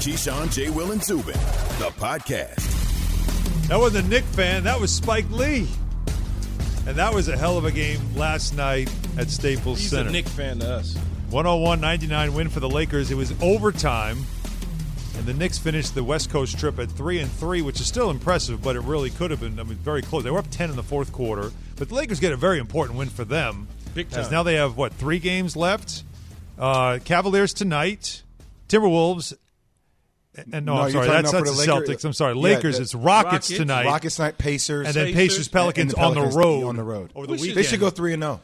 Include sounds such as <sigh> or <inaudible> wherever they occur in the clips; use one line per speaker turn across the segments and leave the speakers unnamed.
Keyshawn, J. Will, and Zubin, the podcast.
That wasn't a Nick fan. That was Spike Lee. And that was a hell of a game last night at Staples
He's
Center.
a Nick fan to us.
101 99 win for the Lakers. It was overtime. And the Knicks finished the West Coast trip at 3 and 3, which is still impressive, but it really could have been I mean, very close. They were up 10 in the fourth quarter. But the Lakers get a very important win for them.
Big
As
time.
now they have, what, three games left? Uh, Cavaliers tonight, Timberwolves. And no,
No, you're
I'm sorry,
talking
that's,
about
that's
for
the
the Laker-
Celtics. I'm sorry,
Yeah,
Lakers.
the-
it's Rockets,
Rockets.
tonight.
Rockets night, Pacers,
and then
Pacers,
Pacers, Pelicans,
and the
on
Pelicans
the
to be
road.
on the road.
Over the
We should-
weekend.
They should go three and zero.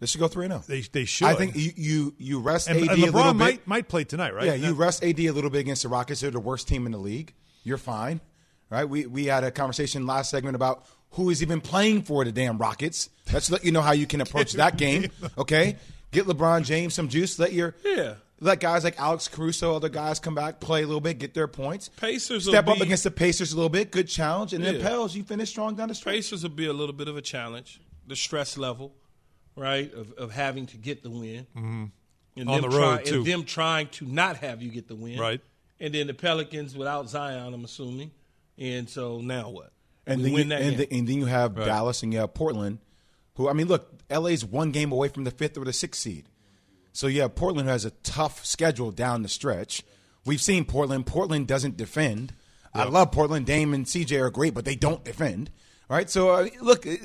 They should go three and zero.
They, oh. they should.
I think you you, you rest
and,
AD
and
a little
LeBron
bit.
might might play tonight, right?
Yeah, you rest AD a little bit against the Rockets. They're the worst team in the league. You're fine, right? We we had a conversation last segment about who is even playing for the damn Rockets. Let's let you know how you can approach
<laughs>
that game. Okay, get LeBron James some juice. Let your
Yeah.
Let guys like Alex Caruso, other guys come back, play a little bit, get their points.
Pacers will
step up
be-
against the Pacers a little bit, good challenge, and then
Yeah.
Pels, you finish strong down the stretch.
Pacers will be a little bit of a challenge. The stress level, right, of, of having to get the win. Mm-hmm. And
On
them
the road,
try-
too.
And them trying to not have you get the win.
Right.
And then the Pelicans without Zion, I'm assuming. And so now what?
And
we
then,
win
you,
that
and,
game.
the- and then you have Dallas and you have Portland, who I mean, look, LA's one game away from the fifth or the sixth seed. So yeah, Portland has a tough schedule down the stretch. We've seen Portland. Portland doesn't defend. I love Portland. Dame and CJ are great, but they don't defend. All right, so uh, look, it,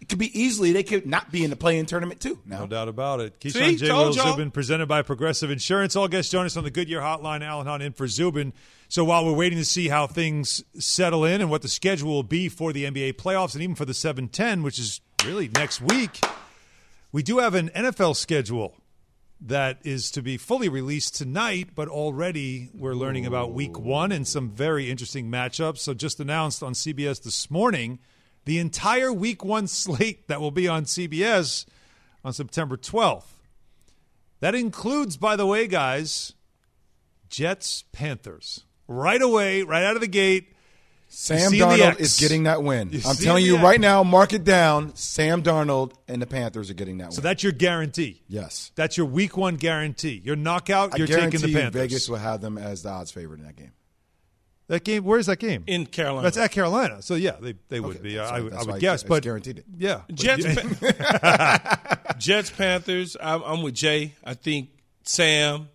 it could be easily they could not be in the play-in tournament too. Now,
No doubt about it.
See?
Keyshawn J.
Told
Will
y'all.
Zubin, presented by Progressive Insurance. All guests join us on the Goodyear Hotline. Alan Hunt in for Zubin. So while we're waiting to see how things settle in and what the schedule will be for the NBA playoffs and even for the 7-10, which is really next week, we do have an NFL schedule that is to be fully released tonight, but already we're learning about week one and some very interesting matchups. So, just announced on CBS this morning, the entire week one <laughs> slate that will be on CBS on September 12th. That includes, by the way, guys, Jets Panthers. Right away, right out of the gate.
Sam
seen the
Darnold
X.
is getting that win.
You've
I'm
seen
telling
the
you
X.
right now, mark it down. Sam Darnold and the Panthers are getting that
So
win.
that's your guarantee.
yes,
That's your week one guarantee. Your knockout,
I
you're
guarantee
taking the
you
Panthers.
Vegas will have them as the odds favorite in that game.
That game, where's that game?
In Carolina.
That's at Carolina. So yeah, they, they would be.
that's right.
I, I would- I
That's why
would
I-
guess,
it's
but
guaranteed it.
Yeah,
Jets,
But-
Pa- <laughs> Jets, Panthers. I'm, I'm with Jay. I think Sam.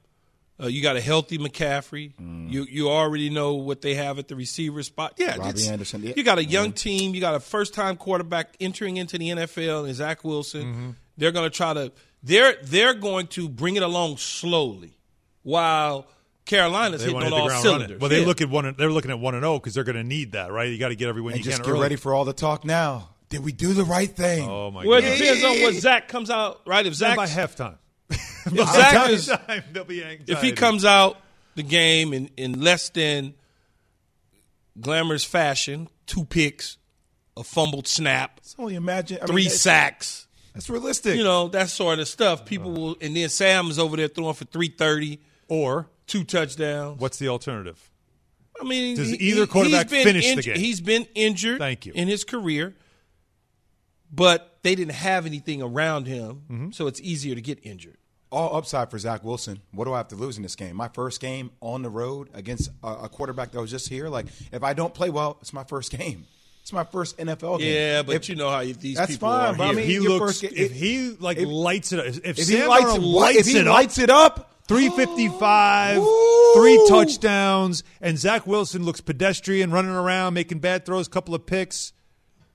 Uh, you got a healthy McCaffrey.
Mm.
You you already know what they have at the receiver spot. Yeah,
Robbie
it's-
Anderson, yeah.
You got a
Mm-hmm.
young team. You got a first time quarterback entering into the NFL, and Zach Wilson.
Mm-hmm.
They're going to try to. They're they're going to bring it along slowly, while Carolina's
they
hitting
want
on
to hit the
all
ground
cylinders.
running. Well, they
Yeah.
look at one. They're looking at one and zero because they're going to need that, right? You got to get every win
And
you
just
can
get
early.
ready for all the talk now. Did we do the right thing?
oh my
Well, it
god!
depends on what Zach comes out. Right, if Zach
by halftime. <laughs>
if Zach is
Time, they'll be anxiety.
if he comes out the game in, in less than glamorous fashion, two picks, a fumbled snap,
It's only imagine I mean,
three
that's-
sacks,
That's realistic.
you know, that sort of stuff. People will and then Sam's over there throwing for three thirty,
or
two touchdowns.
what's the alternative?
I mean
Does
he-
either
he-
quarterback
he's been
finish the
inju-
game?
He's been injured
Thank you.
in his career. But they didn't have anything around him,
Mm-hmm.
so it's easier to get injured.
all upside for Zach Wilson. What do I have to lose in this game? My first game on the road against a, a quarterback that was just here. Like, if I don't play well, it's my first game. It's my first NFL game.
Yeah, but
If-
you know how these
that's
people
fine,
are.
but I
here.
mean,
He
your first
looks.
ga-
if
if-
he like
if-
lights it up. If,
if
Sam
he lights,
Darnold
it,
lights
if he
it up,
lights it up,
355,
Ooh.
three touchdowns, and Zach Wilson looks pedestrian, running around, making bad throws, couple of picks.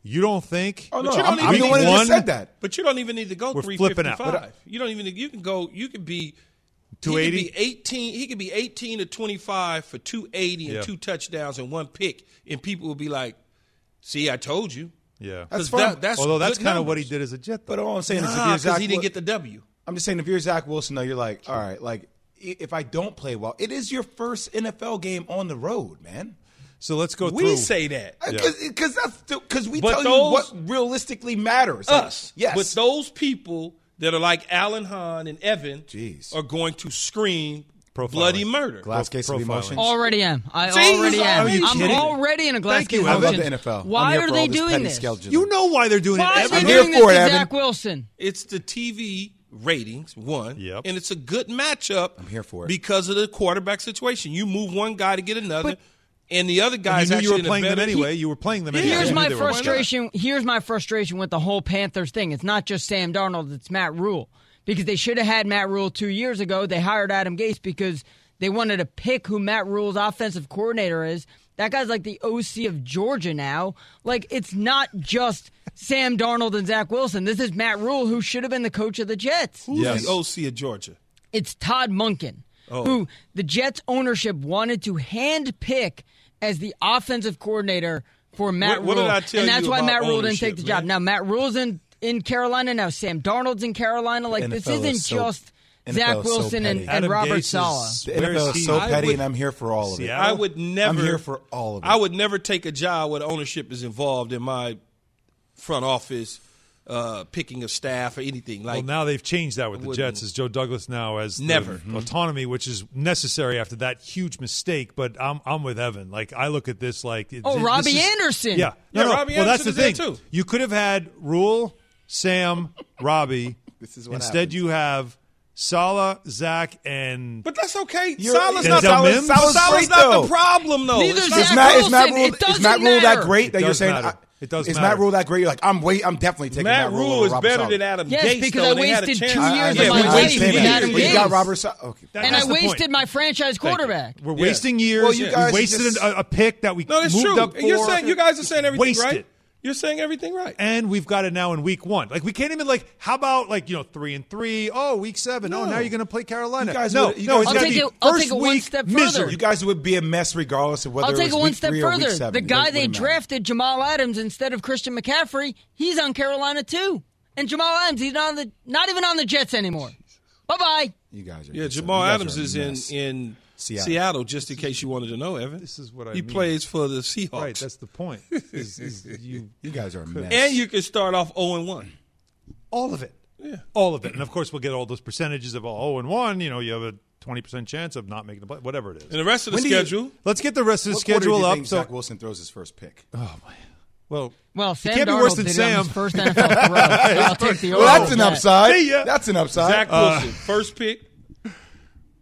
You don't think?
Oh,
But
no,
you don't
I'm,
even
I'm the
need
one who
one-
just said that.
But you don't even need to go
We're
three
flipping out.
fifty-five. You don't even you can go. You could be he could
280?
be eighteen. He could be eighteen to twenty-five for two eighty and
Yeah.
two touchdowns and one pick, and people will be like, "See, I told you."
Yeah.
'Cause
That's fine.
that- that's
Although that's
good
kind of what he
numbers.
did as a Jet.
But
Though.
all I'm saying is, if
Nah,
you're
'cause
Zach
he didn't
Wil-
get the W.
I'm just saying, if you're Zach Wilson, though, you're like, all right, like i- if I don't play well, it is your first NFL game on the road, man.
So let's go through.
We say that
Because that's because we
But
tell you
those-
what realistically matters. Like,
us.
yes.
But those people that are like Alan Hahn and Evan
Jeez.
are going to scream
Profiling.
bloody murder.
Glass case of
Profiling.
emotions.
Already am. I
See, he's
already am.
already- Are you
I'm
kidding?
already in a glass
Thank you,
case
I
Evan.
love the
emotion.
NFL. I'm
Why
here
are
for
they
all this
doing
petty
this?
scapegoating.
you know why they're doing
Why
it.
are they
Evan.
here
doing this
for
to
it, Evan.
Zach Wilson?
It's the TV ratings, one.
Yep.
And it's a good matchup. I'm
here for it.
Because of the quarterback situation. You move one guy to get another, and the other
You
guy's
knew
actually
you were
in a
playing them
better-
anyway. You were playing them.
Yeah.
anyway.
Here's
You
my
knew they were playing them.
frustration. Here's my frustration with the whole Panthers thing. It's not just Sam Darnold. It's Matt Rule because they should have had Matt Rule two years ago. They hired Adam Gase because they wanted to pick who Matt Rule's offensive coordinator is. That guy's like the OC of Georgia now. Like it's not just Sam Darnold and Zach Wilson. This is Matt Rule who should have been the coach of the Jets.
Who's
Yes.
the OC of Georgia? Oh.
It's Todd Munkin, who the Jets ownership wanted to hand pick as the offensive coordinator for Matt
What- what did
Rule.
I tell
and that's
you
why
about
Matt Rule didn't take the
ownership,
job.
man?
Now Matt Rule's in, in Carolina, now Sam Darnold's in Carolina. Like this
NFL
isn't
is so-
just
NFL
Zach
is so
Wilson and,
petty.
and
Adam
Robert
Gates
Sala.
is-
The
Where's
NFL
he?
is so
I
petty,
would-
and I'm here for all of it.
Seattle?
I would never.
I'm here for all of it.
I would never take a job where the ownership is involved in my front office uh, picking of staff or anything. Like,
Well, now they've changed that with the
Wouldn't.
Jets. Is Joe Douglas now as the
Never. Mm-hmm.
autonomy, which is necessary after that huge mistake. But I'm I'm with Evan. Like I look at this like it-
Oh,
this
Robbie
is-
Anderson.
Yeah, no,
Yeah,
no.
Robbie
well, that's
Anderson
the
is
thing
there, too.
You could have had Rule,
<laughs>
Sam, Robbie.
This is what
Instead,
happens.
you have Salah, Zach, and
but that's okay.
You're-
Salah's not,
Denzel
Salah's,
Mims?
Salah's,
Salah's
not
great,
the
though.
problem, though.
Neither
It's
is
not-
Is
Zach
Matt, is Matt
Wilson,
Rule,
it doesn't
is Matt Rule that
matter.
great
It
that you're
does
saying?
matter.
I-
It does
is
matter.
Matt Rule that great? You're like, I'm wait, I'm definitely taking
Matt
Matt,
Rule is
over Robert
better
Saleh.
than Adam
Yes,
Gates,
because
though,
I
and they had a
wasted
chance.
two
I, I
years
yeah, we
of my
understand
life
wasted
with
years.
Adam
But you got
Gates.
Robert Saleh. Okay.
That-
and
that's
I
the
wasted
point.
my franchise quarterback.
we're
Yeah.
wasting years.
Well, you guys
we wasted
just-
an- a, a pick that we
No, that's
moved
true.
up.
And you're
for.
saying you guys are saying everything
Wasted.
right. You're saying everything right.
and we've got it now in week one. Like we can't even like. How about like you know three and three? Oh, week seven. Oh, now you're going to play Carolina.
You guys
no,
would- you
no,
guys
it's
would-
got
I'll
to be
take it- I'll
first
take
week
it one step further.
misery.
You guys would be a mess regardless of whether
I'll
it
take
was
it one
week
step
three or week
further.
seven.
The
It
guy
doesn't
they
really matter.
drafted, Jamal Adams, instead of Christian McCaffrey, he's on Carolina too. And Jamal Adams, he's not on the not even on the Jets anymore. Bye bye.
You guys are
Yeah,
you
Jamal
guys are
Adams
a
is in
mess.
in Seattle.
Seattle.
Just in case you wanted to know, Evan.
This is what I
he
mean. <laughs>
plays for the Seahawks.
Right, that's
<laughs>
the point. Is, is you
You guys are a <laughs> mess.
and you can start off zero and one.
all of it, yeah, all of it, and of course we'll get all those percentages of all oh and one. You know, you have a twenty percent chance of not making the play, whatever it
And
is.
the rest of the
When do you-
schedule.
Let's get the rest of the
What quarter do
schedule
you
up.
think
So, Oh,
Zach Wilson throws his first pick.
well,
Well, Sam
can't be
Darnold
worse than
did it
Sam.
on his first
<laughs>
NFL throw. so I'll take the over
Well, that's
on
an
that.
upside.
See ya.
That's an upside. Uh,
Zach Wilson, first pick,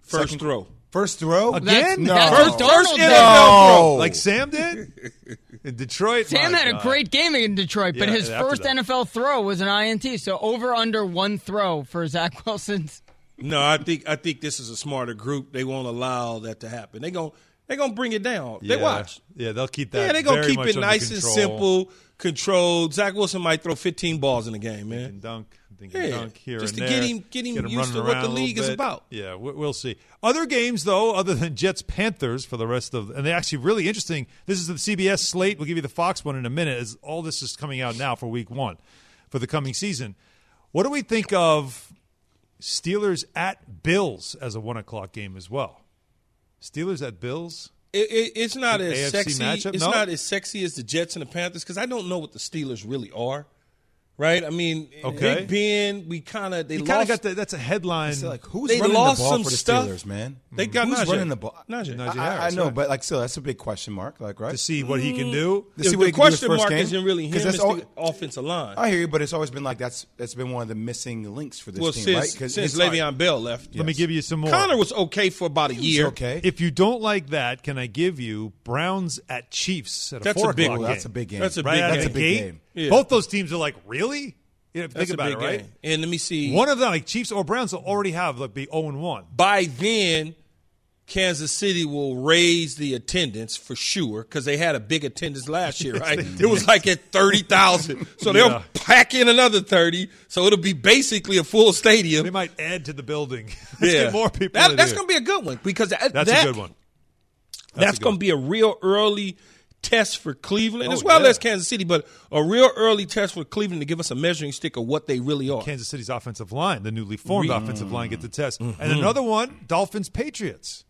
first throw.
First throw
That's,
Again?
No.
that's
First-
what Darnold
first
did.
NFL
No.
like Sam did
<laughs>
in Detroit.
Sam
my
had a
God.
great game in Detroit, but
Yeah,
his
after
first
that.
NFL throw was an INT. So over under one throw for Zach <laughs> Wilson's.
No, I think I think this is a smarter group. They won't allow that to happen. They gon' they gonna bring it down.
Yeah.
They watch.
Yeah, they'll keep that.
yeah, they gonna
very
keep
much
it
under
nice and
control.
simple, controlled. Zach Wilson might throw fifteen balls in a game,
and
man.
dunk, dink
Yeah,
and dunk here
just
and
to get
there.
him- get him used
running
to what the
around a
league
little
is
bit.
about.
Yeah, we, we'll see. Other games though, other than Jets Panthers for the rest of, and they actually really interesting. This is the CBS slate. We'll give you the Fox one in a minute. As all this is coming out now for Week One, for the coming season. What do we think of Steelers at Bills as a one o'clock game as well? Steelers at Bills.
It, it, it's not as
AFC
sexy.
matchup?
It's
No.
not as sexy as the Jets and the Panthers because I don't know what the Steelers really are. Right? I mean,
Okay.
Big Ben, we kind of they
You kind of
lost.
got the, that's a headline.
So, like who's
They
running the
lost
ball
some
for the
stuff.
Steelers, man?
They got
who's
Najee.
running the ball?
Najee.
I,
Najee
I, I
Harris,
know, Mm.
right.
but like still, that's a big question mark. Like, right?
to see what he can do.
To see
the
what he can do his
question
first
mark
game?
isn't really him.
'Cause
It's
that's all-
the offensive line.
I hear you, but it's always been like that's that's been one of the missing links for this
well,
team,
since
right?
since
it's
Le'veon
like-
Bell left,
Let me give you some more.
Connor was okay for about a
he's
year.
okay.
If you don't like that, can I give you Browns at Chiefs at a
That's a
four
big
o'clock
one.
game?
that's a big game.
That's a
right
big
out of
That's a
the
game.
big
gate.
game.
Yeah.
Both those teams are like really. You know, if you
That's
think
a
about
big
it, right?
game. And let me see.
One of them, like Chiefs or Browns, will already have like be zero and one.
by then, Kansas City will raise the attendance for sure because they had a big attendance last year,
<laughs>
right? it was like at 30,000. So they'll
Yeah.
pack in another 30. So it'll be basically a full stadium.
They might add to the building. <laughs> Let's
Yeah.
get more people.
That-
in
that's
here.
going to be a good one because that,
that's
that-
a good one.
That's,
a good
going
one.
to be a real early test for Cleveland
Oh,
as well
yeah.
as Kansas City, but a real early test for Cleveland to give us a measuring stick of what they really are.
Kansas City's offensive line, the newly formed offensive line, get the test. And another one, Dolphins Patriots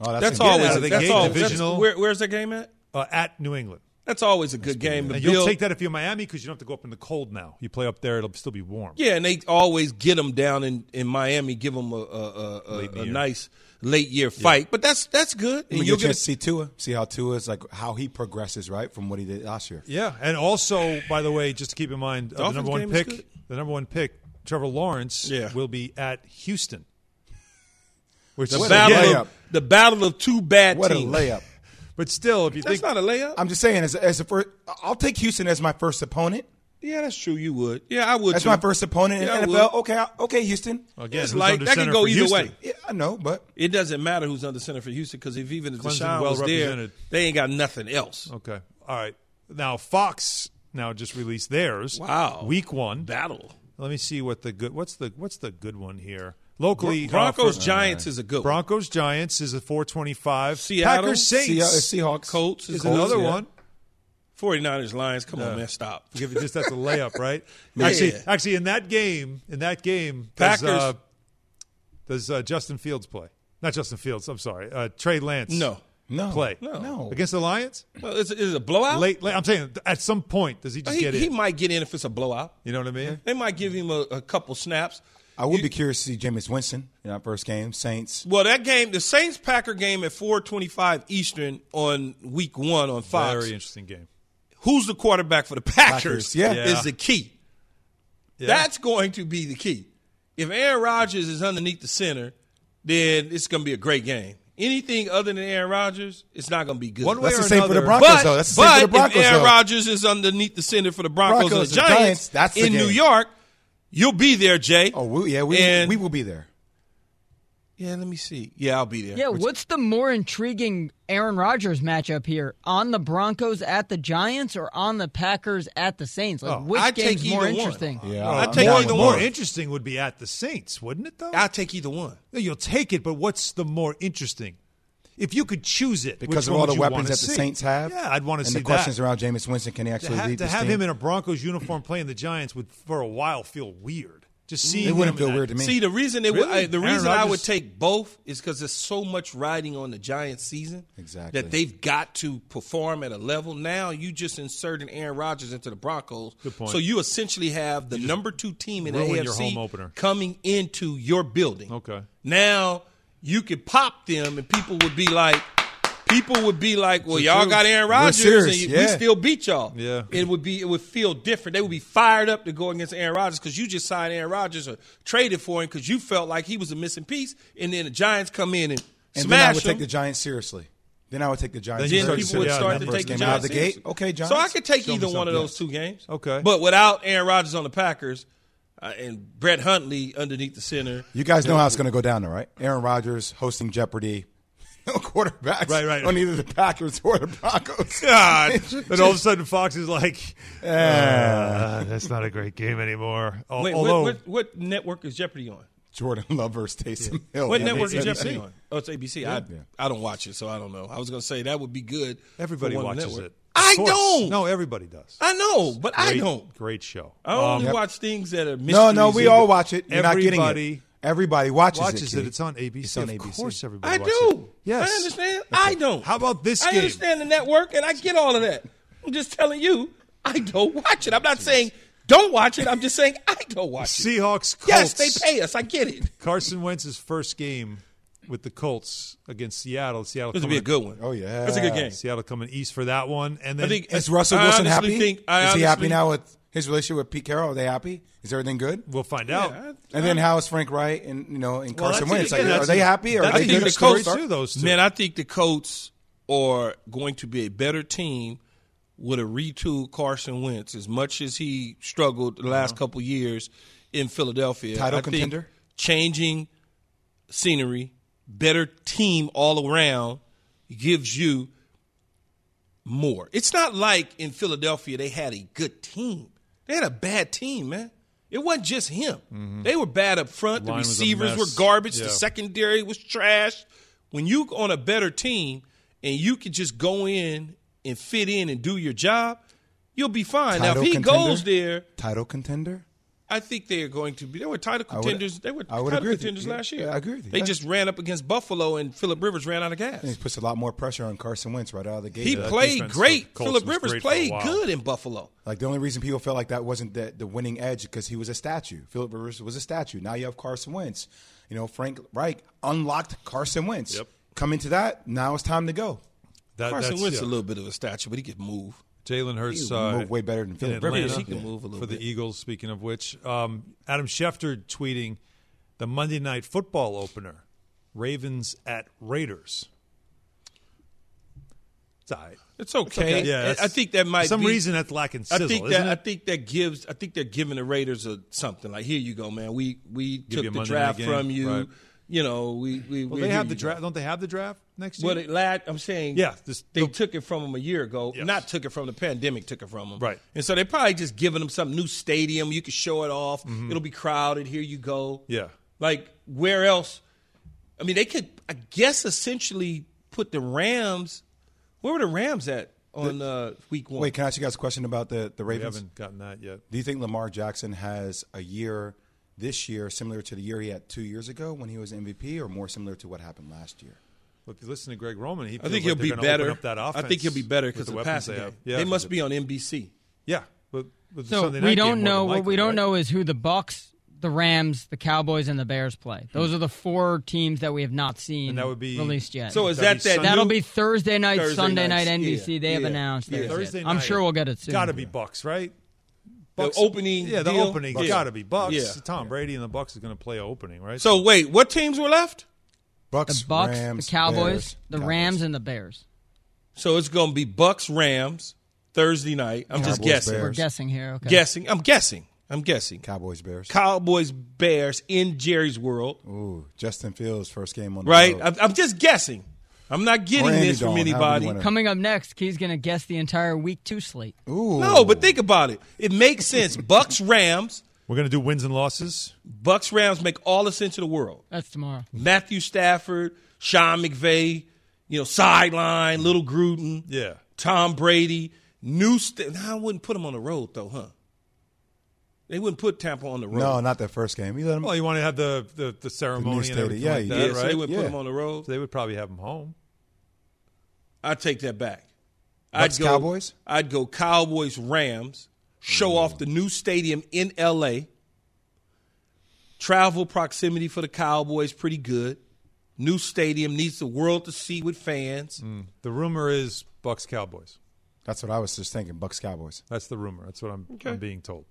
Oh, that's,
Mm-hmm. Hmm. That's
a good
out
always
of the
that's
gate,
always
divisional.
that's- where- where's that game at?
uh, at New England.
That's always a good game.
And
The
you'll
Bill-
take that if you're Miami because you don't have to go up in the cold now. You play up there, it'll still be warm.
Yeah, and they always get them down in, in Miami, give them a, a, a, a, a nice late year fight. But that's that's good. And
You get
you'll
a chance to
get
see Tua, see how Tua is like how he progresses, right, from what he
<laughs>
did last year.
Yeah, and also, by the way, just to keep in mind, uh, the
Dolphins
number
game
one
is
pick,
good.
the number one pick, Trevor Lawrence
Yeah.
will be
<laughs>
at Houston. Which
The
is-
a
battle,
layup.
of, the battle of two bad
What a
teams.
layup.
but still, if you
That's
think
not a layup.
I'm just saying, as, as a first, I'll take Houston as my first opponent.
yeah, that's true. You would. Yeah, I would.
That's
too.
my first opponent in
Yeah, I
NFL.
would.
Okay, I- okay, Houston.
again,
It's
who's
like
under
that can
center
go
for
either
Houston?
way.
Yeah, I know, but
It doesn't matter who's under center for Houston because if even if
Clemson
Deshaun
well
was there,
represented.
they ain't got nothing else.
Okay, all right. Now Fox now just released theirs.
Wow.
week one.
Battle.
Let me see what the good. What's the what's the good one here? Locally, uh,
Broncos
for-
Giants is a good one.
Broncos Giants is a 425.
Seattle,
Packers
Sea- uh,
Saints
Seahawks.
Colts
is
Colts,
another
yeah.
one.
49ers Lions. Come on, man, stop.
Give it just that's a layup, right?
<laughs> Yeah.
Actually, actually, in that game, in that game, does,
Packers-
uh, does uh, Justin Fields play? Not Justin Fields. I'm sorry, uh, Trey Lance.
No.
no.
play
No.
No.
against the Lions.
Well, is, it- is it a blowout?
Late, late. I'm saying at some point, does he just
he,
get
he
in?
might get in if it's a blowout.
You know what I mean?
They might give him a, a couple snaps.
I would be curious to see Jameis Winston in our first game. Saints.
Well, that game, the Saints Packer game at 425 Eastern on week one on Fox.
Very interesting game.
Who's the quarterback for the Packers?
Packers, yeah.
Yeah.
Is the key. That's going to be the key. If Aaron Rodgers is underneath the center, then it's going to be a great game. Anything other than Aaron Rodgers, it's not going to be good.
One way
That's the
or
same for the
another-
Broncos,
But,
though. That's the same
but
for the Broncos,
if Aaron
though.
Rodgers is underneath the center for the Broncos,
Broncos
and the
and
Giants,
Giants, that's the
in
game.
New York, you'll be there, Jay.
Oh, we, yeah, we,
And-
we will be there.
Yeah, let me see. Yeah, I'll be there.
Yeah, what's the more intriguing Aaron Rodgers matchup here? On the Broncos at the Giants or on the Packers at the Saints? Like, which
I Oh, take
game's more
either one.
interesting?
Uh,
Yeah,
I
I'm
take
down
more,
either
with
more
both.
interesting would be at the Saints, wouldn't it? Though
I'll take either one.
you'll take it, but what's the more interesting? If you could choose it, which
because of
one
all
would
the
you
weapons
wanna
that the
see?
Saints have.
Yeah, I'd want to
and
see
the questions
that.
around Jameis Winston can he
to
actually
have,
lead
to
this
have
team?
him in a Broncos uniform playing the Giants would for a while feel weird. Just seeing
it wouldn't
him in
feel
that-
weird to me.
See, the reason it
Really?
would, I, the
Aaron
reason I
Rodgers-
would take both is because there's so much riding on the Giants' season
Exactly.
that they've got to perform at a level. Now you just inserted Aaron Rodgers into the Broncos,
Good point.
so you essentially have the number two team in the
ruined
AFC
your home opener.
coming into your building.
Okay.
now you could pop them, and people would be like. People would be like, "Well, y'all
true.
got Aaron
We're
Rodgers, and
serious,
you, we
yeah.
still beat y'all."
Yeah.
it would be, it would feel different. They would be fired up to go against Aaron Rodgers because you just signed Aaron Rodgers or traded for him because you felt like he was a missing piece, and then the Giants come in and,
and then I
smash
would
him.
take the Giants seriously. Then I would take the Giants.
Then
then
seriously.
Giants
people would
Yeah,
start
that
to
first
take the
game
Giants
out of the
seriously.
gate. Okay, Giants.
So I could take
Show me
either one of
something.
those two games.
Okay.
but without Aaron Rodgers on the Packers uh, and Brett Huntley underneath the center,
You guys know how it's going to go down, all right? Aaron Rodgers hosting Jeopardy. No quarterbacks
Right, right.
on either the Packers or the Broncos. <laughs>
God. and <laughs> all of a sudden, Fox is like, "Uh, that's not a great game anymore. Al-
wait,
uh, Although,
what, what, what network is Jeopardy on?
Jordan <laughs> Love versus Taysom Hill.
What
Yeah,
network is
it's
Jeopardy
NBC.
on? Oh, it's ABC. I,
Yeah.
I don't watch it, so I don't know. I was going to say that would be good. for
everybody
one
watches
network.
it. Of
I
course.
don't.
No, everybody does.
I know, but I
Great-
don't.
Great show. Um,
I only watch things that are mysteries.
No, no, we
either.
all watch it. You're not getting
Everybody
it. Everybody watches,
watches
it.
it.
Keith.
It's on ABC.
It's on
Of
ABC.
course, everybody.
I
watches
do.
It. Yes,
I understand. I don't.
How about this
I
game?
understand the network, and I get all of that. I'm just telling you, I don't watch it. I'm not saying don't watch it. I'm just saying I don't watch it.
Seahawks. Colts.
Yes, they pay us. I get it.
Carson Wentz's first game with the Colts against Seattle. Seattle.
This would
coming,
be a good one.
Oh, yeah.
that's a good game.
Seattle coming east for that one, and then
I think
Is Russell
I
Wilson
honestly
happy?
think- I
is he happy
honestly-
now with his relationship with Pete Carroll? Are they happy? Is everything good?
we'll find out.
Yeah,
And then how is Frank Wright and you know and
Well,
Carson Wentz?
that's it again.
Like, are
That's
they
a-
happy? Are
that's
they
a
good?
good
at
story,
start?
too, those two.
Man, I think the Colts are going to be a better team with a retooled Carson Wentz. As much as he struggled the last couple years in Philadelphia,
Uh-huh. Title
I think
contender?
changing scenery, better team all around gives you more. It's not like in Philadelphia they had a good team. They had a bad team, man. It wasn't just him.
Mm-hmm.
They were bad up front.
Line
the
was a
receivers were
mess.
garbage.
Yeah.
The secondary was trash. When you on a better team and you can just go in and fit in and do your job, you'll be fine. now
Title
if he
contender?
goes there,
Title contender.
I think they are going to be. They were title
would-
contenders. they were
I would
title
agree with you.
contenders
Yeah,
last year.
yeah, I agree with you.
They
Yeah.
just ran up against Buffalo and Philip Rivers ran out of gas.
He puts a lot more pressure on Carson Wentz right out of the gate.
He
that
played
defense
great.
for Colts
Philip
was
Rivers
great for a
played
while.
good in Buffalo.
Like the only reason people felt like that wasn't the, the winning edge because he was a statue. Philip Rivers was a statue. Now you have Carson Wentz. You know Frank Reich unlocked Carson Wentz.
Yep.
Come into that. Now it's time to go.
That-
Carson
that's-
Wentz
yeah.
a little bit of a statue, but he could move.
Jalen Hurts
He
uh,
moved way better than
in
Phillip
Atlanta
Rivers.
He can move a little
for
bit.
the E- Eagles. Speaking of which, um, Adam Schefter tweeting the Monday Night Football opener: Ravens at Raiders. It's all right.
It's okay.
Yeah,
I- I
that's-
think that might
for some
be,
reason that's lacking sizzle.
I think
isn't
that I
it?
think that gives I think they're giving the Raiders a something like here you go man we we
you a
took the
Monday night
draft
game,
from you
right.
you know we we
well, they have the draft. Don't they have the draft next year?
Well, it, lad, I'm saying,
Yeah, this-
they
the-
took it from them a year ago.
Yes.
Not took it from the pandemic, took it from them,
Right.
And so they're probably just giving them some new stadium. You can show it off.
Mm-hmm.
It'll be crowded. Here you go.
Yeah.
like where else? I mean, they could, I guess, essentially put the Rams. Where were the Rams at on uh, week one?
Wait, can I ask you guys a question about the the
we
Ravens?
haven't gotten that yet.
Do you think Lamar Jackson has a year this year similar to the year he had two years ago when he was MVP, or more similar to what happened last year?
Look, if you listen to Greg Roman. He
I
feels
think
like
he'll
they're
be
gonna
better.
Open up that
I
offense
think he'll be better
with
because
the
the
weapons
passing
they
game.
have. Yeah,
they must be on NBC.
Yeah, but, but
So
Sunday
we
night game
don't
more than
know what
likely,
we don't
right?
know is who the Bucks, the Rams, the Cowboys, and the Bears play. Those are the four teams that we have not seen
Hmm. And that would be-
released yet.
So is
That'd
that
be
that?
Sunday.
That'll
new-
be Thursday night,
Thursday
Sunday
nights,
night NBC.
yeah,
they have
yeah,
announced.
yeah.
theirs yet.
Thursday
I'm
night,
sure we'll get it soon.
Got to be Bucks, right?
The opening
Yeah, the
deal?
opening.
Bucks.
Got to be Bucks.
Yeah.
Tom Brady and the Bucks is going to play opening, right?
So wait, what teams were left?
Bucks,
the Bucks,
Rams,
the Cowboys,
Bears,
the
Cowboys.
Rams, and the Bears.
So it's going to be Bucks Rams Thursday night. I'm just
Cowboys,
guessing.
We're
Bears.
guessing here. Okay.
Guessing. I'm guessing. I'm guessing.
Cowboys, Bears.
Cowboys Bears in Jerry's world,
Ooh, Justin Fields' first game on the
right?
road.
I'm, I'm just guessing. I'm not getting
Randy
this from
Dalton, however you
anybody.
wanna-
Coming up next, he's going to guess the entire week two slate.
Ooh,
No, but think about it. It makes sense. Bucks Rams.
we're going to do wins and losses.
Bucks Rams make all the sense in the world.
That's tomorrow.
Matthew Stafford, Sean McVay, you know, sideline, little Gruden,
Yeah,
Tom Brady, new. St- nah, I wouldn't put them on the road though, huh? They wouldn't put Tampa on the road.
no, not that first game. You let him.
well, you want to have the the, the ceremony and
stadium.
everything
Yeah,
like
you
that,
Yeah,
did.
right?
so they wouldn't put
Yeah.
them on the road.
So they would probably have him home.
I take that back.
Bucks, Cowboys?
I'd go Cowboys Rams. Show off the new stadium in L.A. Travel proximity for the Cowboys pretty good. New stadium needs the world to see with fans.
The rumor is Bucks Cowboys.
That's what I was just thinking. Bucks, Cowboys.
That's the rumor. That's what I'm, I'm being told.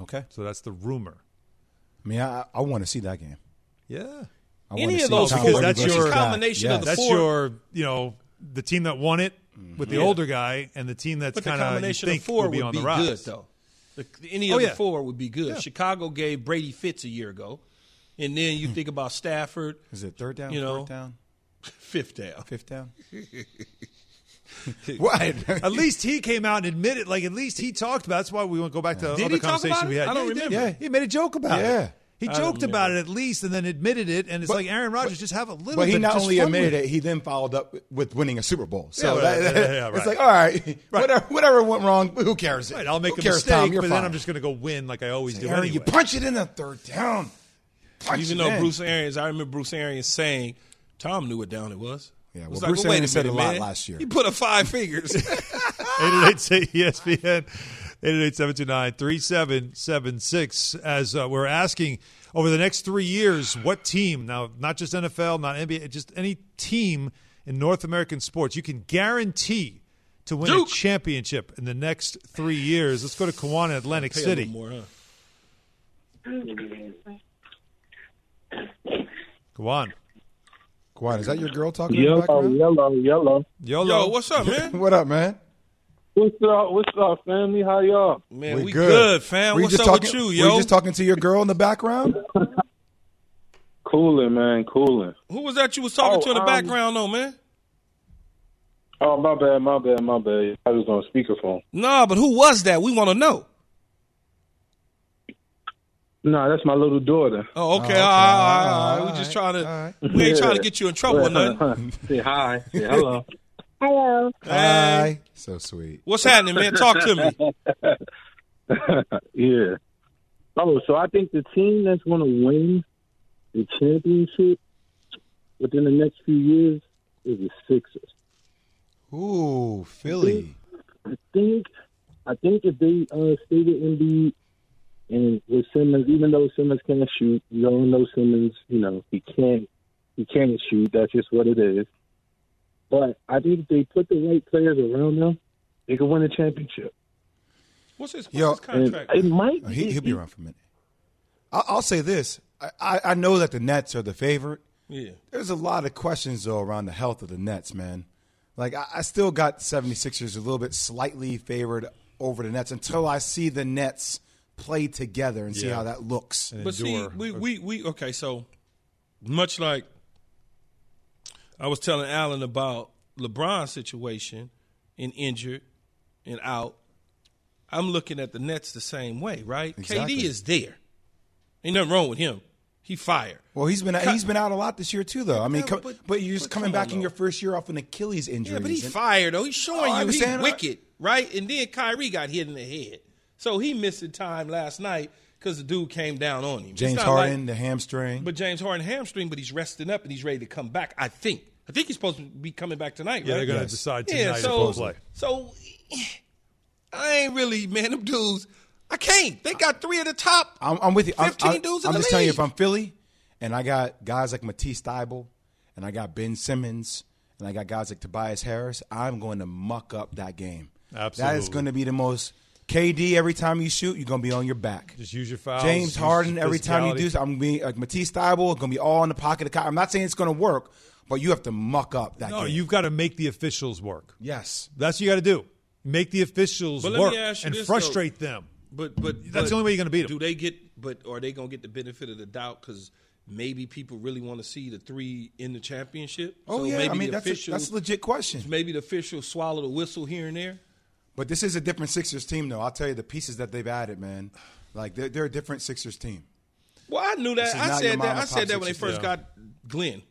Okay.
So that's the rumor.
I mean, I, I want to see that game.
Yeah,
I wanna
Any
see
of those
Tom
four,
Brady
that's
versus
your-
Dak.
combination of the
Yes.
that's
four-
your you know the team that won it with the older guy and the team that's
But the
kind of you
combination of
think
four
will be
would
on
be
the rise.
good, though. The, any
Oh,
of
yeah.
the four would be good. Chicago gave Brady Fitz a year ago, and then
Hmm.
you think about Stafford,
Is it third down,
You know.
fourth down,
<laughs> fifth down.
fifth down?
<laughs>
what?
At least he came out and admitted. Like at least he talked about. it. That's why we want to go back to the
Did
other
he talk
conversation
about it?
we had.
I don't
Yeah, he did.
remember.
Yeah, he made a joke about it.
Yeah.
he
don't
joked about it at least, and then admitted it. And it's
But-
like Aaron Rodgers just have a little.
But
bit
he not
just
only
fun with
admitted it, he then followed up with winning a Super Bowl. So
Yeah,
that,
right, yeah, yeah, right.
<laughs> it's like, all right, whatever, whatever went wrong, who cares?
Right, I'll make
who
a
cares,
mistake,
Tom? You're
but
fine.
then I'm just going to go win like I always do.
Aaron,
Anyway.
you punch it in the third down. Punch
Even
it
though
in.
Bruce Arians, I remember Bruce Arians saying, "Tom knew what down it was."
Yeah,
It was
well, Bruce
wait
Arians said a
minute,
lot
man.
last year.
He put up
<laughs>
five
<laughs>
fingers.
888 ESPN, 888-729-3776. As uh, we're asking over the next three years, what team now? Not just NFL, not NBA, just any team in North American sports you can guarantee to win
Duke.
a championship in the next three years. Let's go to Kiwana, Atlantic
Pay a
City.
little more, huh?
Kiwan,
Kwan, is that your girl talking in the
Yellow,
background?
yellow, yellow.
Yolo,
Yo, what's up, man?
What up, man?
What's up? What's up, family? How y'all?
Man, we, good. fam.
Were you
what's up
just
with
talking-
you,
Were
yo?
you just talking to your girl in the background?
<laughs>
Cooling, man. Cooling.
Who was that you was talking
Oh,
to in the
um,
background, though, man?
Oh, my bad, my bad, my bad. I was on speakerphone.
Nah, but who was that? We want to know.
Nah, that's my little daughter.
Oh, okay.
okay.
all right, all right, all right.
All
We just
right,
trying to.
all right.
We ain't
Yeah.
trying to get you in trouble or nothing.
<laughs> Say hi. Say hello.
Hello.
Hey,
Hi. So sweet.
what's happening, man? Talk to me.
<laughs>
<laughs>
yeah. Oh, so I think the team that's going to win the championship within the next few years is the Sixers.
Ooh, Philly.
think I think if they uh, stay with Embiid and with Simmons, even though Simmons can't shoot, you all know Simmons, you know he can't he can't shoot. That's just what it is. But I think if they put the right players around them, They could win a championship.
What's his, what's
Yo,
his
And
contract?
it might
Oh, he, he'll be around for a minute. I, I'll say this: I, I, I know that the Nets are the favorite.
yeah.
There's a lot of questions though around the health of the Nets, man. Like I, I still got 76ers a little bit slightly favored over the Nets until I see the Nets play together and see how that looks.
But
endure.
see, we, we we okay. So much like I was telling Alan about LeBron's situation and injured and out, I'm looking at the Nets the same way, right?
Exactly.
KD is there. Ain't nothing wrong with him. He fired.
Well, he's been he's been out a lot this year too, though. I mean,
Yeah,
co- but,
but-
you're just
but
coming
come
back
on,
in
though.
your first year off an Achilles injury.
Yeah, but he
and-
fired though. He's showing
Oh, I
you he's
understand.
wicked, right? And then Kyrie got hit in the head, so he missing time last night because the dude came down on him. It's
James
not
Harden,
like-
the hamstring.
But James Harden hamstring, but he's resting up and he's ready to come back. I think. I think he's supposed to be coming back tonight.
Yeah,
right?
they're going to
Yes.
decide tonight
Yeah,
if
so
they'll play.
so <sighs> I ain't really man. Them dudes, I can't. They got three of the top.
I'm, I'm with you. I'm,
15
I'm-
dudes in
I'm
the
just telling you,
league.
if I'm Philly, and I got guys like Matisse Thybulle, and I got Ben Simmons, and I got guys like Tobias Harris, I'm going to muck up that game. That is
Absolutely.
going to be the most. KD, every time you shoot, you're going to be on your back.
Just use your fouls,
James
use your
Harden, every time you
physicality.
do, I'm being like Matisse Thybulle, going to be all in the pocket of. Ky- I'm not saying it's going to work, but you have to muck up that
No,
game.
you've got to make the officials work.
yes.
That's what you got to do. Make the officials
But let me
work
ask you
and
this, though.
frustrate them.
But but
That's
but
the only way you're gonna beat 'em.
Do they get? But are they gonna get the benefit of the doubt? Because maybe people really want to see the three in the championship.
Oh
so
yeah,
Maybe
I mean
the
that's a,
officials,
that's a legit question.
maybe the officials swallow the whistle here and there.
But this is a different Sixers team, though. I'll tell you the pieces that they've added, man. Like they're, they're a different Sixers team.
Well, I knew that.
This is
I
not your
said that.
mom
I
and
said
pop
that when they first
situation.
got Glenn.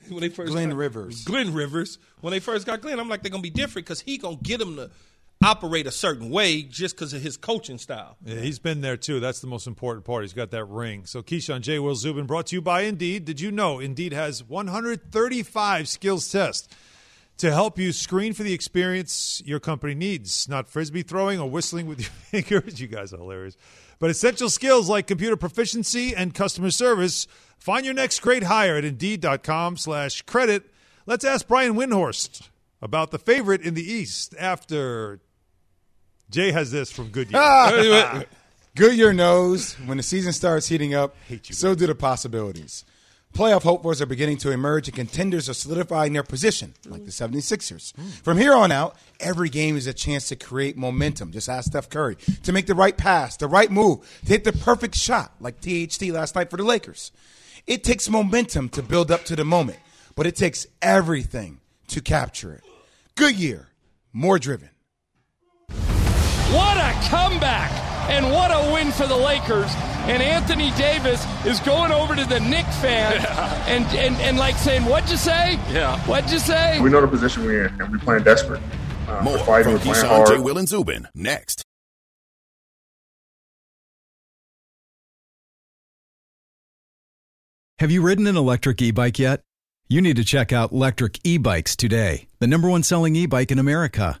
<laughs> when they first
Glenn
got-
Rivers.
Glenn Rivers. When they first got Glenn, I'm like they're gonna be different because he gonna get them to operate a certain way just because of his coaching style.
Yeah, he's been there too. That's the most important part. He's got that ring. So Keyshawn J. Will Zubin brought to you by Indeed. Did you know Indeed has 135 skills tests to help you screen for the experience your company needs, not frisbee throwing or whistling with your <laughs> fingers. You guys are hilarious. But essential skills like computer proficiency and customer service. Find your next great hire at Indeed.com slash credit. Let's ask Brian Windhorst about the favorite in the East after Jay has this from Goodyear.
Goodyear knows when the season starts heating up, so do the possibilities. Playoff hopefuls are beginning to emerge, and contenders are solidifying their position, like the 76ers. From here on out, every game is a chance to create momentum. Just ask Steph Curry to make the right pass, the right move, to hit the perfect shot, like THT last night for the Lakers. It takes momentum to build up to the moment, but it takes everything to capture it. Goodyear, more driven.
What a comeback! And what a win for the Lakers. And Anthony Davis is going over to the Knicks fan and, and, and like saying, What'd you say? Yeah. What'd you say?
We know the position we're in, and we're playing desperate. Uh,
More
we're fighting,
from
we're playing
Keyshawn J.
hard.
Will and Zubin next.
Have you ridden an electric e bike yet? You need to check out Electric E Bikes today, the number one selling e bike in America.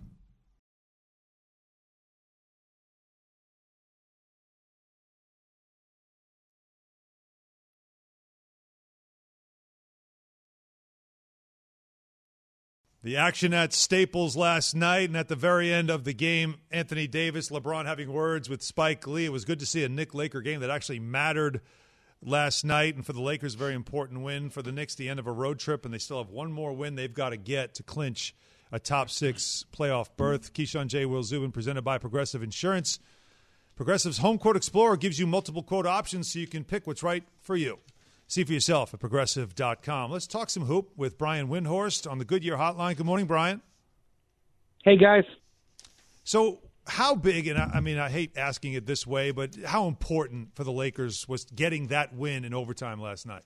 The action at Staples last night, and at the very end of the game, Anthony Davis, LeBron having words with Spike Lee. It was good to see a Nick Laker game that actually mattered last night, and for the Lakers, very important win. For the Knicks, the end of a road trip, and they still have one more win they've got to get to clinch a top six playoff berth. Keyshawn J. Will Zubin, presented by Progressive Insurance. Progressive's Home Quote Explorer gives you multiple quote options so you can pick what's right for you. See for yourself at progressive.com. Let's talk some hoop with Brian Windhorst on the Goodyear Hotline. Good morning, Brian.
Hey, guys.
So, how big, and I, I mean, I hate asking it this way, but how important for the Lakers was getting that win in overtime last night?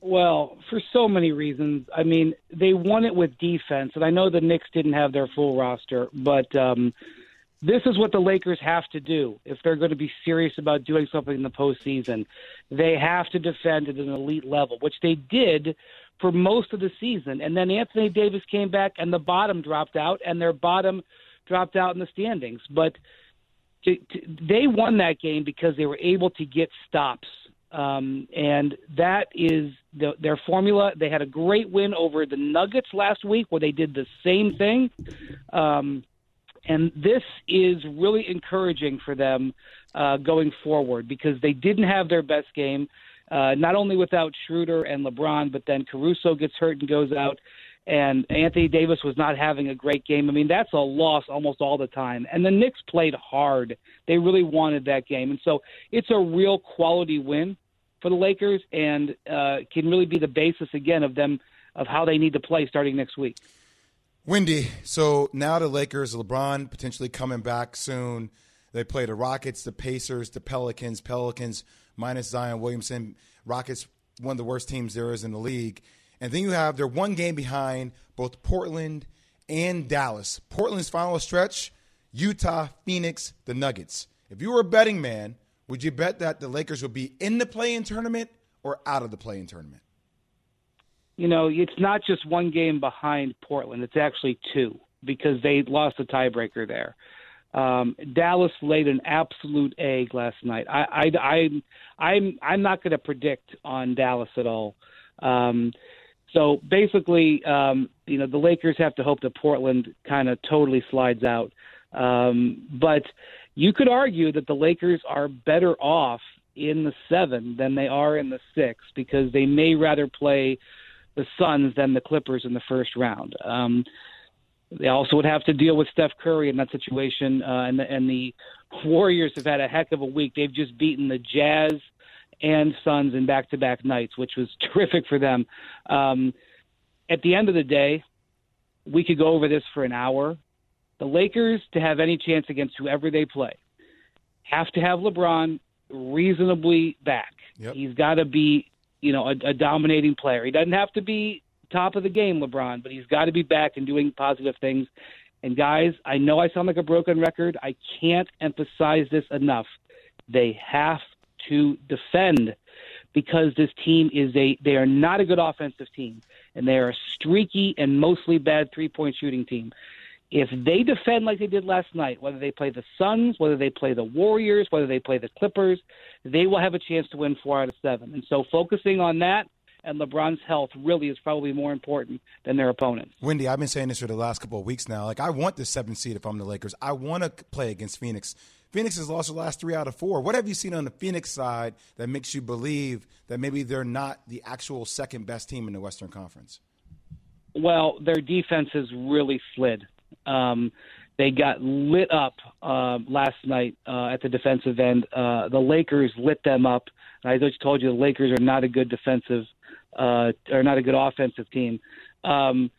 Well, for so many reasons. I mean, they won it with defense, and I know the Knicks didn't have their full roster, but um, this is what the Lakers have to do if they're going to be serious about doing something in the postseason. They have to defend at an elite level, which they did for most of the season. And then Anthony Davis came back, and the bottom dropped out, and their bottom dropped out in the standings. But to, to, they won that game because they were able to get stops. Um, and that is the, their formula. They had a great win over the Nuggets last week where they did the same thing. Um, and this is really encouraging for them uh, going forward because they didn't have their best game, uh, not only without Schroeder and LeBron, but then Caruso gets hurt and goes out, and Anthony Davis was not having a great game. I mean, that's a loss almost all the time. And the Knicks played hard; they really wanted that game, and so it's a real quality win for the Lakers, and uh, can really be the basis again of them of how they need to play starting next week.
Windy. So now the Lakers, LeBron potentially coming back soon. They play the Rockets, the Pacers, the Pelicans. Pelicans minus Zion Williamson. Rockets, one of the worst teams there is in the league. And then you have they're one game behind both Portland and Dallas. Portland's final stretch: Utah, Phoenix, the Nuggets. If you were a betting man, would you bet that the Lakers would be in the play-in tournament or out of the play-in tournament?
you know, it's not just one game behind Portland. It's actually two because they lost a tiebreaker there. Um, Dallas laid an absolute egg last night. I, I, I, I'm, I'm not going to predict on Dallas at all. Um, so basically, um, you know, the Lakers have to hope that Portland kind of totally slides out. Um, but you could argue that the Lakers are better off in the seven than they are in the six because they may rather play the Suns than the Clippers in the first round. Um, they also would have to deal with Steph Curry in that situation, uh, and the, and the Warriors have had a heck of a week. They've just beaten the Jazz and Suns in back-to-back nights, which was <laughs> terrific for them. Um, at the end of the day, we could go over this for an hour. The Lakers to have any chance against whoever they play have to have LeBron reasonably back.
Yep.
He's got to be you know, a, a dominating player. He doesn't have to be top of the game, LeBron, but he's got to be back and doing positive things. And guys, I know I sound like a broken record. I can't emphasize this enough. They have to defend because this team is a they are not a good offensive team and they are a streaky and mostly bad three-point shooting team. If they defend like they did last night, whether they play the Suns, whether they play the Warriors, whether they play the Clippers, they will have a chance to win four out of seven. And so focusing on that and LeBron's health really is probably more important than their opponent.
Wendy, I've been saying this for the last couple of weeks now. Like, I want the seventh seed if I'm the Lakers. I want to play against Phoenix. Phoenix has lost the last three out of four. What have you seen on the Phoenix side that makes you believe that maybe they're not the actual second best team in the Western Conference?
Well, their defense has really slid. Um, they got lit up uh, last night uh, at the defensive end. Uh, the Lakers lit them up. And I just told you the Lakers are not a good defensive, uh, are not a good offensive team. Um,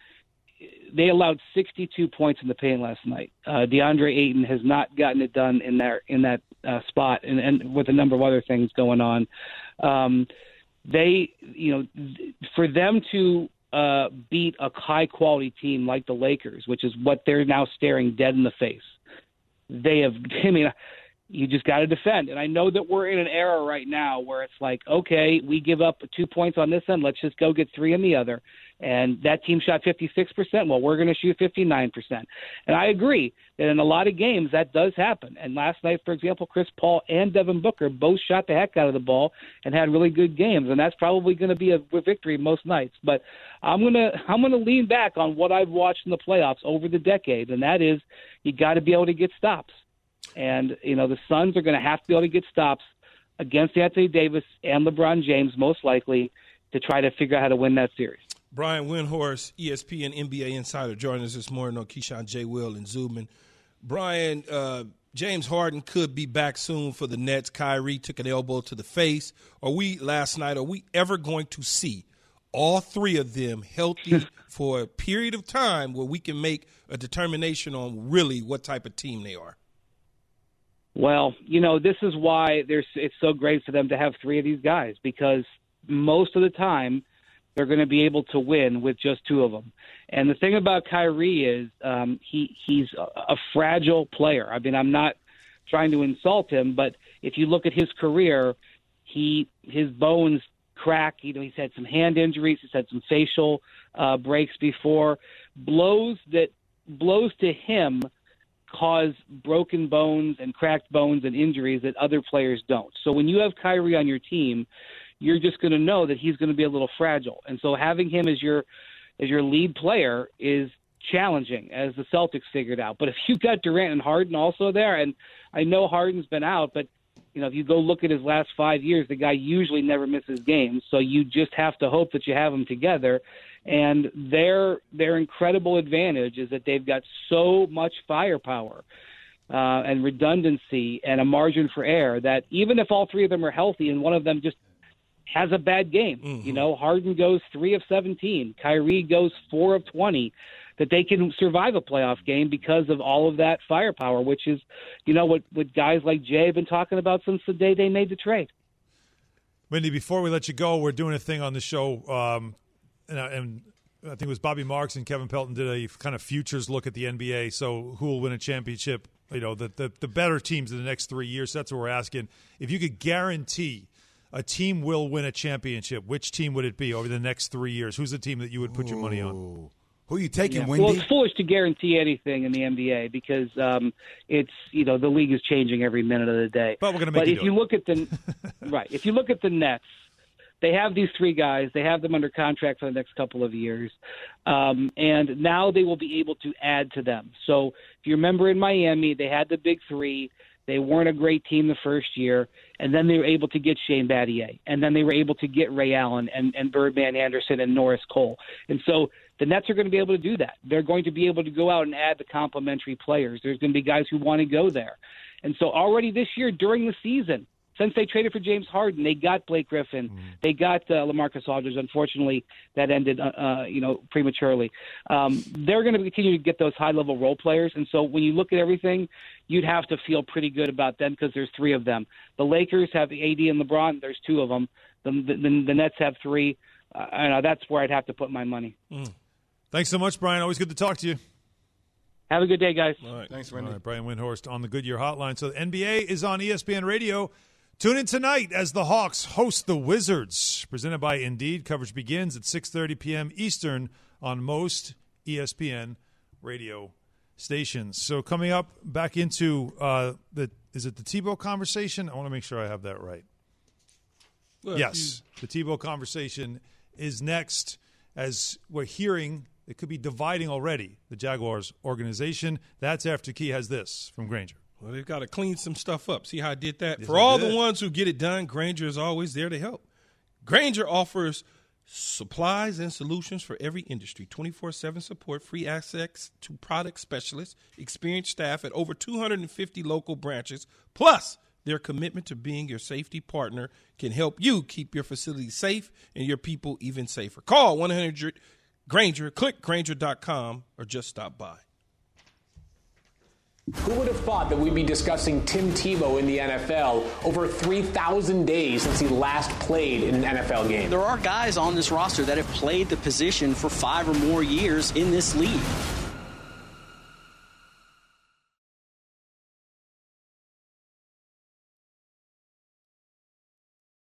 they allowed 62 points in the paint last night. Uh, DeAndre Ayton has not gotten it done in their in that uh, spot, and, and with a number of other things going on. Um, they, you know, th- for them to uh, beat a high quality team like the Lakers, which is what they're now staring dead in the face. They have, <laughs> I mean, you just got to defend. And I know that we're in an era right now where it's like, okay, we give up two points on this end. Let's just go get three on the other. And that team shot 56%. Well, we're going to shoot 59%. And I agree that in a lot of games that does happen. And last night, for example, Chris Paul and Devin Booker both shot the heck out of the ball and had really good games. And that's probably going to be a victory most nights. But I'm going to I'm going to lean back on what I've watched in the playoffs over the decades, and that is you got to be able to get stops. And, you know, the Suns are going to have to be able to get stops against Anthony Davis and LeBron James, most likely, to try to figure out how to win that series.
Brian Windhorst, E ESPN NBA insider, joining us this morning on Keyshawn J. Will and Zubin. Brian, uh, James Harden could be back soon for the Nets. Kyrie took an elbow to the face. Are we last night? Are we ever going to see all three of them healthy for a period of time where we can make a determination on really what type of team they are?
Well, you know, this is why there's it's so great for them to have three of these guys because most of the time they're going to be able to win with just two of them. And the thing about Kyrie is um, he he's a, a fragile player. I mean, I'm not trying to insult him, but if you look at his career, he his bones crack. You know, he's had some hand injuries, he's had some facial uh, breaks before. Blows that blows to him cause broken bones and cracked bones and injuries that other players don't. So when you have Kyrie on your team, you're just going to know that he's going to be a little fragile. And so having him as your as your lead player is challenging as the Celtics figured out. But if you've got Durant and Harden also there and I know Harden's been out, but you know, if you go look at his last 5 years, the guy usually never misses games. So you just have to hope that you have them together and their their incredible advantage is that they've got so much firepower uh, and redundancy and a margin for error that even if all three of them are healthy and one of them just has a bad game, mm-hmm. you know, Harden goes three of seventeen, Kyrie goes four of twenty, that they can survive a playoff game because of all of that firepower, which is, you know, what what guys like Jay have been talking about since the day they made the trade.
Wendy, before we let you go, we're doing a thing on the show um and I, and I, think it was Bobby Marks and Kevin Pelton did a kind of futures look at the NBA. So who will win a championship? You know, the, the, the better teams in the next three years. That's what we're asking. If you could guarantee a team will win a championship, which team would it be over the next three years? Who's the team that you would put your money on?
Who are you taking,
yeah.
Wendy?
Well, it's foolish to guarantee anything in the NBA because um, it's you know the league is changing every minute of the day.
But we're going to make.
But
you
if you
it.
look at the
<laughs>
right, if you look at the Nets, they have these three guys. They have them under contract for the next couple of years, um, and now they will be able to add to them. So if you remember in Miami, they had the big three. They weren't a great team the first year, and then they were able to get Shane Battier, and then they were able to get Ray Allen and, and Birdman Anderson and Norris Cole. And so the Nets are going to be able to do that. They're going to be able to go out and add the complementary players. There's going to be guys who want to go there. And so already this year during the season, since they traded for James Harden, they got Blake Griffin, mm. they got uh, LaMarcus Aldridge. Unfortunately, that ended, uh, you know, prematurely. Um, they're going to continue to get those high-level role players, and so when you look at everything, you'd have to feel pretty good about them because there's three of them. The Lakers have AD and LeBron. There's two of them. The, the, the Nets have three. Uh, I know that's where I'd have to put my money.
Mm. Thanks so much, Brian. Always good to talk to you.
Have a good day, guys.
All right.
Thanks, Wendy.
All right, Brian Windhorst on the Goodyear Hotline. So the NBA is on E ESPN Radio. Tune in tonight as the Hawks host the Wizards. Presented by Indeed, coverage begins at 6:30 p.m. Eastern on most E ESPN radio stations. So coming up back into uh, the is it the Tebow conversation? I want to make sure I have that right. Well, yes, you- the Tebow conversation is next as we're hearing it could be dividing already the Jaguars organization. That's after Key has this from Granger.
Well, they've got to clean some stuff up. See how I did that? Yes, For all the ones who get it done, Granger is always there to help. Granger offers supplies and solutions for every industry 24 7 support, free access to product specialists, experienced staff at over 250 local branches, plus their commitment to being your safety partner can help you keep your facility safe and your people even safer. Call 100 Granger, click Granger.com, or just stop by.
Who would have thought that we'd be discussing Tim Tebow in the NFL over 3,000 days since he last played in an NFL game?
There are guys on this roster that have played the position for five or more years in this league.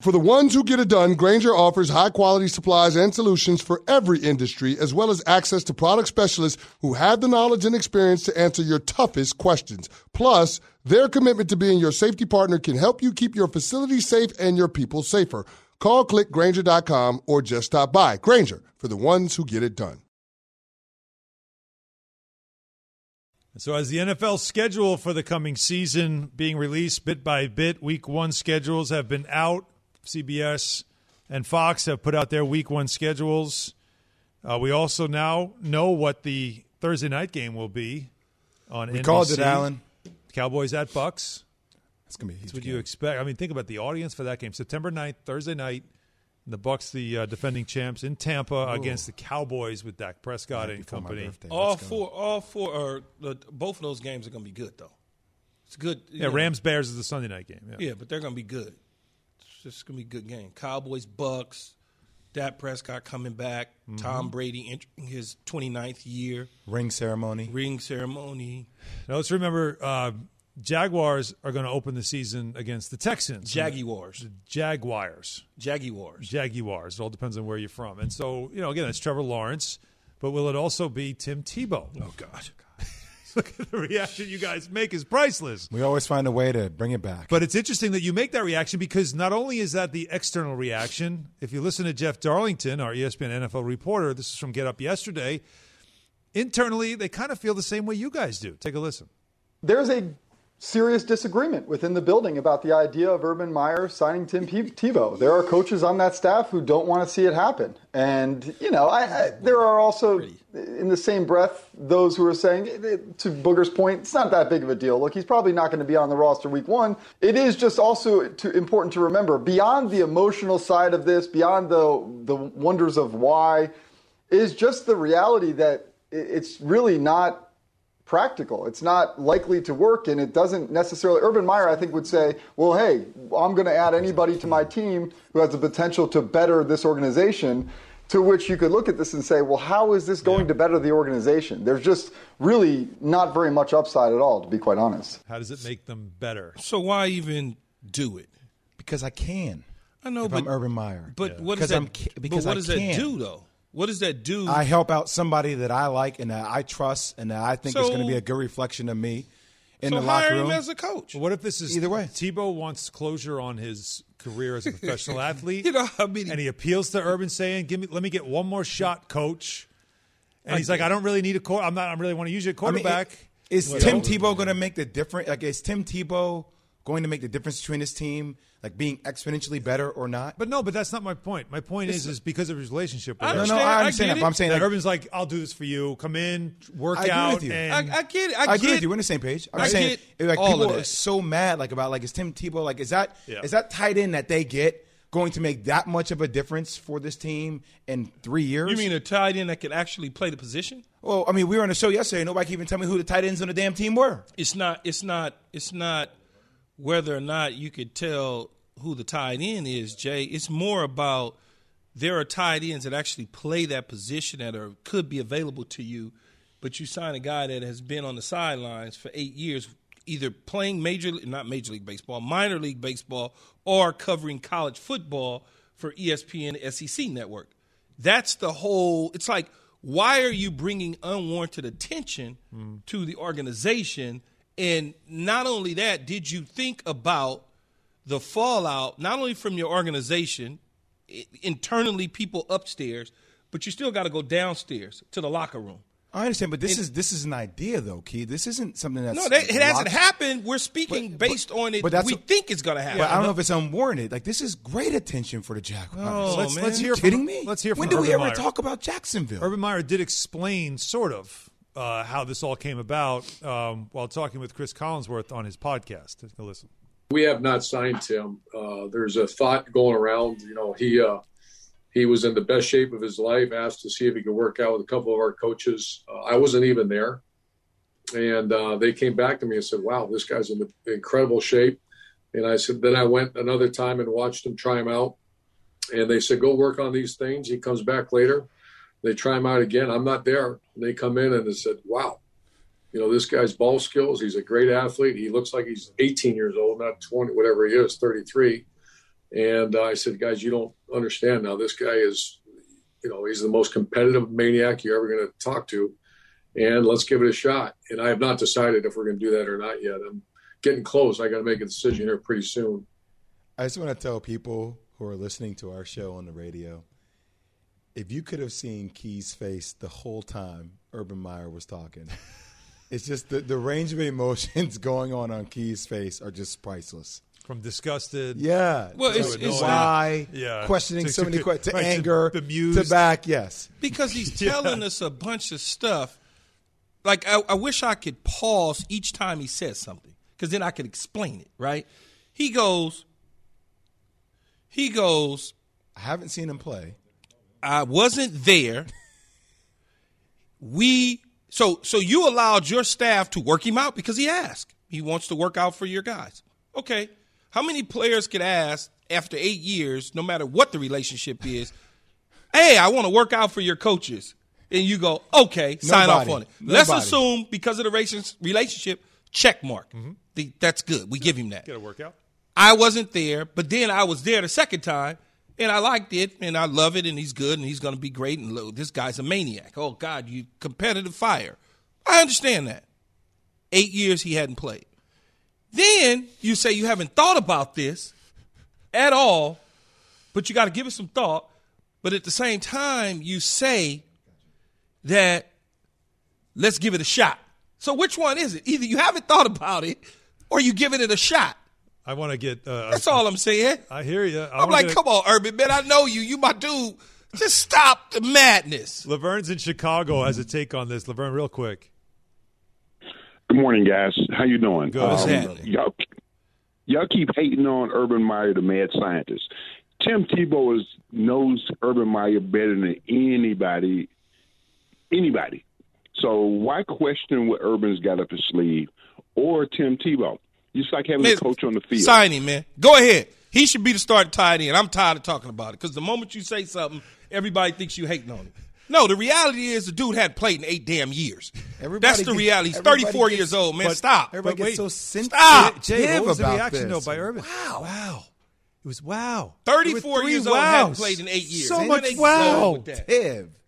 For the ones who get it done, Granger offers high quality supplies and solutions for every industry, as well as access to product specialists who have the knowledge and experience to answer your toughest questions. Plus, their commitment to being your safety partner can help you keep your facility safe and your people safer. Call clickgranger.com or just stop by. Granger for the ones who get it done.
So, as the NFL schedule for the coming season being released bit by bit, week one schedules have been out. CBS and Fox have put out their week one schedules. Uh, we also now know what the Thursday night game will be on
We
NBC.
called it, Alan.
Cowboys at Bucks.
That's gonna be.
That's what you expect. I mean, think about the audience for that game. September 9th, Thursday night. and The Bucks, the uh, defending champs in Tampa,
Ooh.
against the Cowboys with Dak Prescott and company.
All four, all four, or uh, both of those games are going to be good though. It's good. you
Yeah,
know.
Rams Bears is the Sunday night game. Yeah.
Yeah, but they're going to be good. It's just going to be a good game. Cowboys, Bucks, Dak Prescott coming back,
Mm-hmm.
Tom
Mhm.
Brady entering his 29th year,
Ring ceremony.
ring ceremony.
Now let's remember, uh, Jaguars are going to open the season against the Texans.
Jaguars.
The Jaguars.
Jaguars.
Jaguars. It all depends on where you're from. And so, you know, again, it's Trevor Lawrence, but will it also be Tim Tebow? Oh,
God.
<laughs> Look at the reaction you guys make is priceless.
We always find a way to bring it back.
But it's interesting that you make that reaction because not only is that the external reaction, if you listen to Jeff Darlington, our E ESPN NFL reporter, this is from Get Up Yesterday, internally, they kind of feel the same way you guys do. Take a listen.
there's a serious disagreement within the building about the idea of Urban Meyer signing Tim Pe- Tebow. There are coaches on that staff who don't want to see it happen. And, you know, I, I, there are also, in the same breath, those who are saying, eh, to Booger's point, it's not that big of a deal. Look, he's probably not going to be on the roster week one. It is just also to, important to remember, beyond the emotional side of this, beyond the, the wonders of why, is just the reality that i- it's really not practical. It's not likely to work, and it doesn't necessarily. Urban Meyer, I think, would say, "Well, hey, I'm going to add anybody to my team who has the potential to better this organization." To which you could look at this and say, "Well, how is this going to better the organization?" There's just really not very much upside at all, to be quite honest.
How does it make them better?
So why even do it?
Because I can.
I know,
If
but
I'm Urban Meyer.
But
Yeah.
what
Because
does that?
I'm ca-
but
because
what
I
does
can.
that do though? What does that do?
I help out somebody that I like and that I trust and that I think is
So-
going to be a good reflection of me in
so
the locker
hire
room.
him as a coach.
What if this is either way? Tebow wants closure on his career <laughs> as a professional athlete.
You know, I mean,
and he appeals to Urban, saying, "Give me, let me get one more shot, coach." And he's like, "I don't really need a court. I'm not. I really want to use you at
I mean,
quarterback."
i- is
You
Tim
know?
Tebow going to make the difference? Like, is Tim Tebow going to make the difference between his team, like being exponentially better or not?
But no, but that's not my point. My point is, is because of his relationship. With
I
Urban.
understand. No, no, I I understand get that, but it. I'm saying,
that
like-
Urban's like, "I'll do this for you. Come in, work
I agree
out."
with you.
And
get it.
I, agree with you. We're on the same page. I'm
I
just saying,
get
it- like,
all of
people
that.
are so mad, like about like is Tim Tebow like is that is
Yeah.
that tight end that they get going to make that much of a difference for this team in three years?
You mean a tight end that can actually play the position?
Well, I mean, we were on a show yesterday. Nobody can even tell me who the tight ends on the damn team were.
It's not. It's not. It's not whether or not you could tell who the tight end is, Jay. It's more about there are tight ends that actually play that position that are could be available to you, but you sign a guy that has been on the sidelines for eight years, either playing major, not major league baseball, minor league baseball, or covering college football for E ESPN SEC network. That's the whole. It's like why are you bringing unwarranted attention to the organization? And not only that, did you think about the fallout not only from your organization i- internally people upstairs but you still got to go downstairs to the locker room
I understand, but this is this is an idea though, Key. This isn't something that's
no, that, it hasn't
locked-
happened. We're speaking based on it.
but that's
we
what-
think it's going to happen.
But I don't know if it's unwarranted. Like this is great attention for the Jaguars.
Oh,
let's,
man.
let's hear.
You
From,
kidding me?
Let's hear.
from
when do we
Urban
ever
Meyer.
talk about Jacksonville?
Urban Meyer did explain sort of uh, how this all came about um, while talking with Chris Collinsworth on his podcast. Take a listen.
We have not signed Tim. Uh, there's a thought going around. You know, he uh, he was in the best shape of his life. Asked to see if he could work out with a couple of our coaches. Uh, I wasn't even there, and uh, they came back to me and said, "Wow, this guy's in incredible shape." And I said, then I went another time and watched him try him out, and they said, "Go work on these things." He comes back later. They try him out again. I'm not there. And they come in and they said, "Wow, you know, this guy's ball skills. He's a great athlete. He looks like he's 18 years old, not 20, whatever he is, 33. And uh, I said, guys, you don't understand now. This guy is, you know, he's the most competitive maniac you're ever going to talk to. And let's give it a shot. And I have not decided if we're going to do that or not yet. I'm getting close. I got to make a decision here pretty soon.
I just want to tell people who are listening to our show on the radio if you could have seen Key's face the whole time Urban Meyer was talking, it's just the, the range of emotions <laughs> going on on Key's face are just priceless.
From disgusted,
Yeah.
Well,
to
it's- it's-
why?
Yeah.
Questioning
To-
so
to-
many questions. To
right, to
anger.
bemused.
To back, yes.
because
<laughs>
he's telling us a bunch of stuff. Like I, I wish I could pause each time he says something, because then I could explain it. Right? He goes. He goes.
I haven't seen him play.
I wasn't there. We so so you allowed your staff to work him out because he asked. He wants to work out for your guys. Okay. How many players could ask after eight years, no matter what the relationship is, <laughs> hey, I want to work out for your coaches? And you go, okay, sign off
Nobody.
on it. Let's
Nobody.
assume because of the raci- relationship, check mark.
Mm-hmm.
The- that's good. We give him that.
Get a workout.
I wasn't there, but then I was there the second time, and I liked it, and I love it, and he's good, and he's going to be great, and look, this guy's a maniac. Oh God, you competitive fire. I understand that. Eight years he hadn't played. Then you say you haven't thought about this at all, but you got to give it some thought. But at the same time, you say that let's give it a shot. So which one is it? Either you haven't thought about it, or you giving it a shot.
I want to get. Uh,
That's all I'm saying.
I hear you.
I'm like, come on, Urban man. I know you. You my dude. Just stop the madness.
Laverne's in Chicago has a take on this. Laverne, real quick.
Good morning, guys. How you doing? Um,
Good. What's happening?
y'all, y'all keep hating on Urban Meyer, the mad scientist. Tim Tebow is, knows Urban Meyer better than anybody, anybody. So why question what Urban's got up his sleeve or Tim Tebow? It's like having a coach on the field.
Sign him, man. Go ahead. He should be the starting tight end. I'm tired of talking about it because the moment you say something, everybody thinks you hating on him. No, the reality is the dude hadn't played in eight damn years. That's the
gets-
reality. He's
everybody
34
gets-
years old, man.
but-
Stop.
but wait.
Stop.
Jay, what was the reaction though by Urban? Wow, wow. It was wow.
34
There were three
years old, hadn't
wows.
played in eight years.
So
Man,
much
they
wow.
go with that.
Tiv.